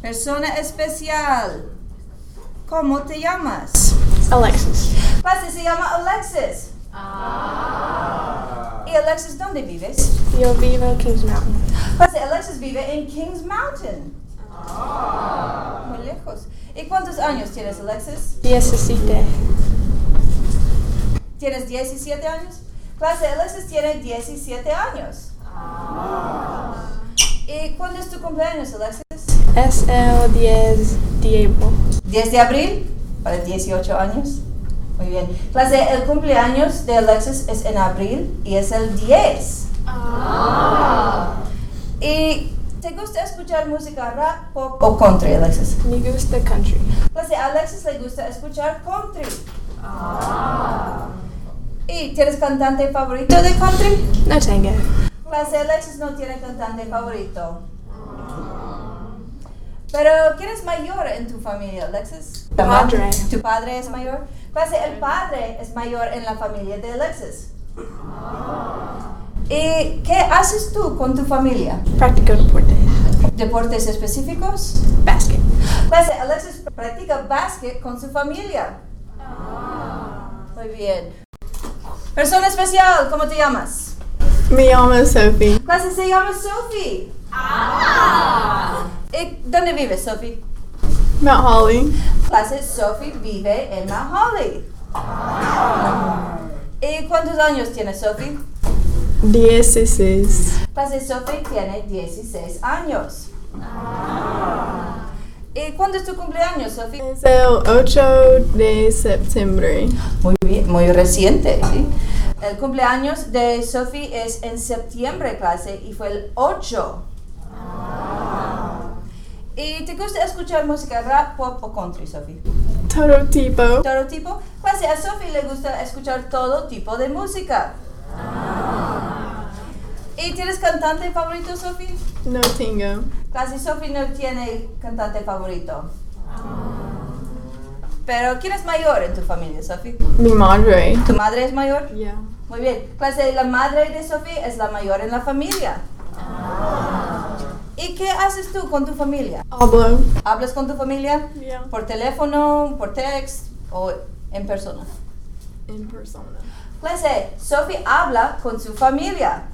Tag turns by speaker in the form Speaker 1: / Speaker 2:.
Speaker 1: Persona especial. ¿Cómo te llamas?
Speaker 2: Alexis.
Speaker 1: Pase, se llama Alexis. ¿Y Alexis dónde vives?
Speaker 2: Yo vivo en Kings Mountain.
Speaker 1: Pase, Alexis vive en Kings Mountain. Muy lejos. ¿Y cuántos años tienes, Alexis?
Speaker 2: 17.
Speaker 1: ¿Tienes 17 años? Clase, Alexis tiene 17 años. ¿Y cuándo es tu cumpleaños, Alexis?
Speaker 2: Es el 10 Diego.
Speaker 1: 10 de abril para 18 años. Muy bien. Clase, el cumpleaños de Alexis es en abril y es el 10. ¿Y te gusta escuchar música rap, pop o country, Alexis?
Speaker 2: Me gusta country.
Speaker 1: Clase, a Alexis le gusta escuchar country. ¿Y tienes cantante favorito de country?
Speaker 2: No tengo.
Speaker 1: Clase Alexis no tiene cantante favorito. Pero ¿quién es mayor en tu familia, Alexis? Ah,
Speaker 2: Tu padre.
Speaker 1: ¿Tu padre es mayor? Clase, el padre es mayor en la familia de Alexis. ¿Y qué haces tú con tu familia?
Speaker 2: Practico deporte.
Speaker 1: ¿Deportes específicos?
Speaker 2: Basket.
Speaker 1: Clase, Alexis practica básquet con su familia. Muy bien. Persona especial, ¿cómo te llamas?
Speaker 2: Me llamo Sophie.
Speaker 1: Clase se llama Sophie. ¿Y dónde vive Sophie?
Speaker 2: Mount Holly.
Speaker 1: Clase Sophie vive en Mount Holly. ¿Y cuántos años tiene Sophie?
Speaker 2: 16.
Speaker 1: Clase Sophie tiene 16 años. ¿Y cuándo es tu cumpleaños, Sophie?
Speaker 2: Es el 8 de septiembre.
Speaker 1: Muy bien, muy reciente, ¿sí? El cumpleaños de Sophie es en septiembre, clase, y fue el 8. ¿Y te gusta escuchar música rap, pop o country, Sophie?
Speaker 2: Todo tipo.
Speaker 1: Todo tipo. Clase, a Sophie le gusta escuchar todo tipo de música. Ah. ¿Y tienes cantante favorito, Sophie?
Speaker 2: No tengo.
Speaker 1: Casi Sophie no tiene cantante favorito. Pero ¿quién es mayor en tu familia, Sophie?
Speaker 2: Mi madre.
Speaker 1: ¿Tu madre es mayor?
Speaker 2: Yeah.
Speaker 1: Muy bien. Clase, la madre de Sophie es la mayor en la familia. ¿Y qué haces tú con tu familia?
Speaker 2: Hablo.
Speaker 1: ¿Hablas con tu familia?
Speaker 2: Yeah.
Speaker 1: ¿Por teléfono, por text o en persona? Pues, eh,
Speaker 2: In persona.
Speaker 1: Clase, Sophie habla con su familia.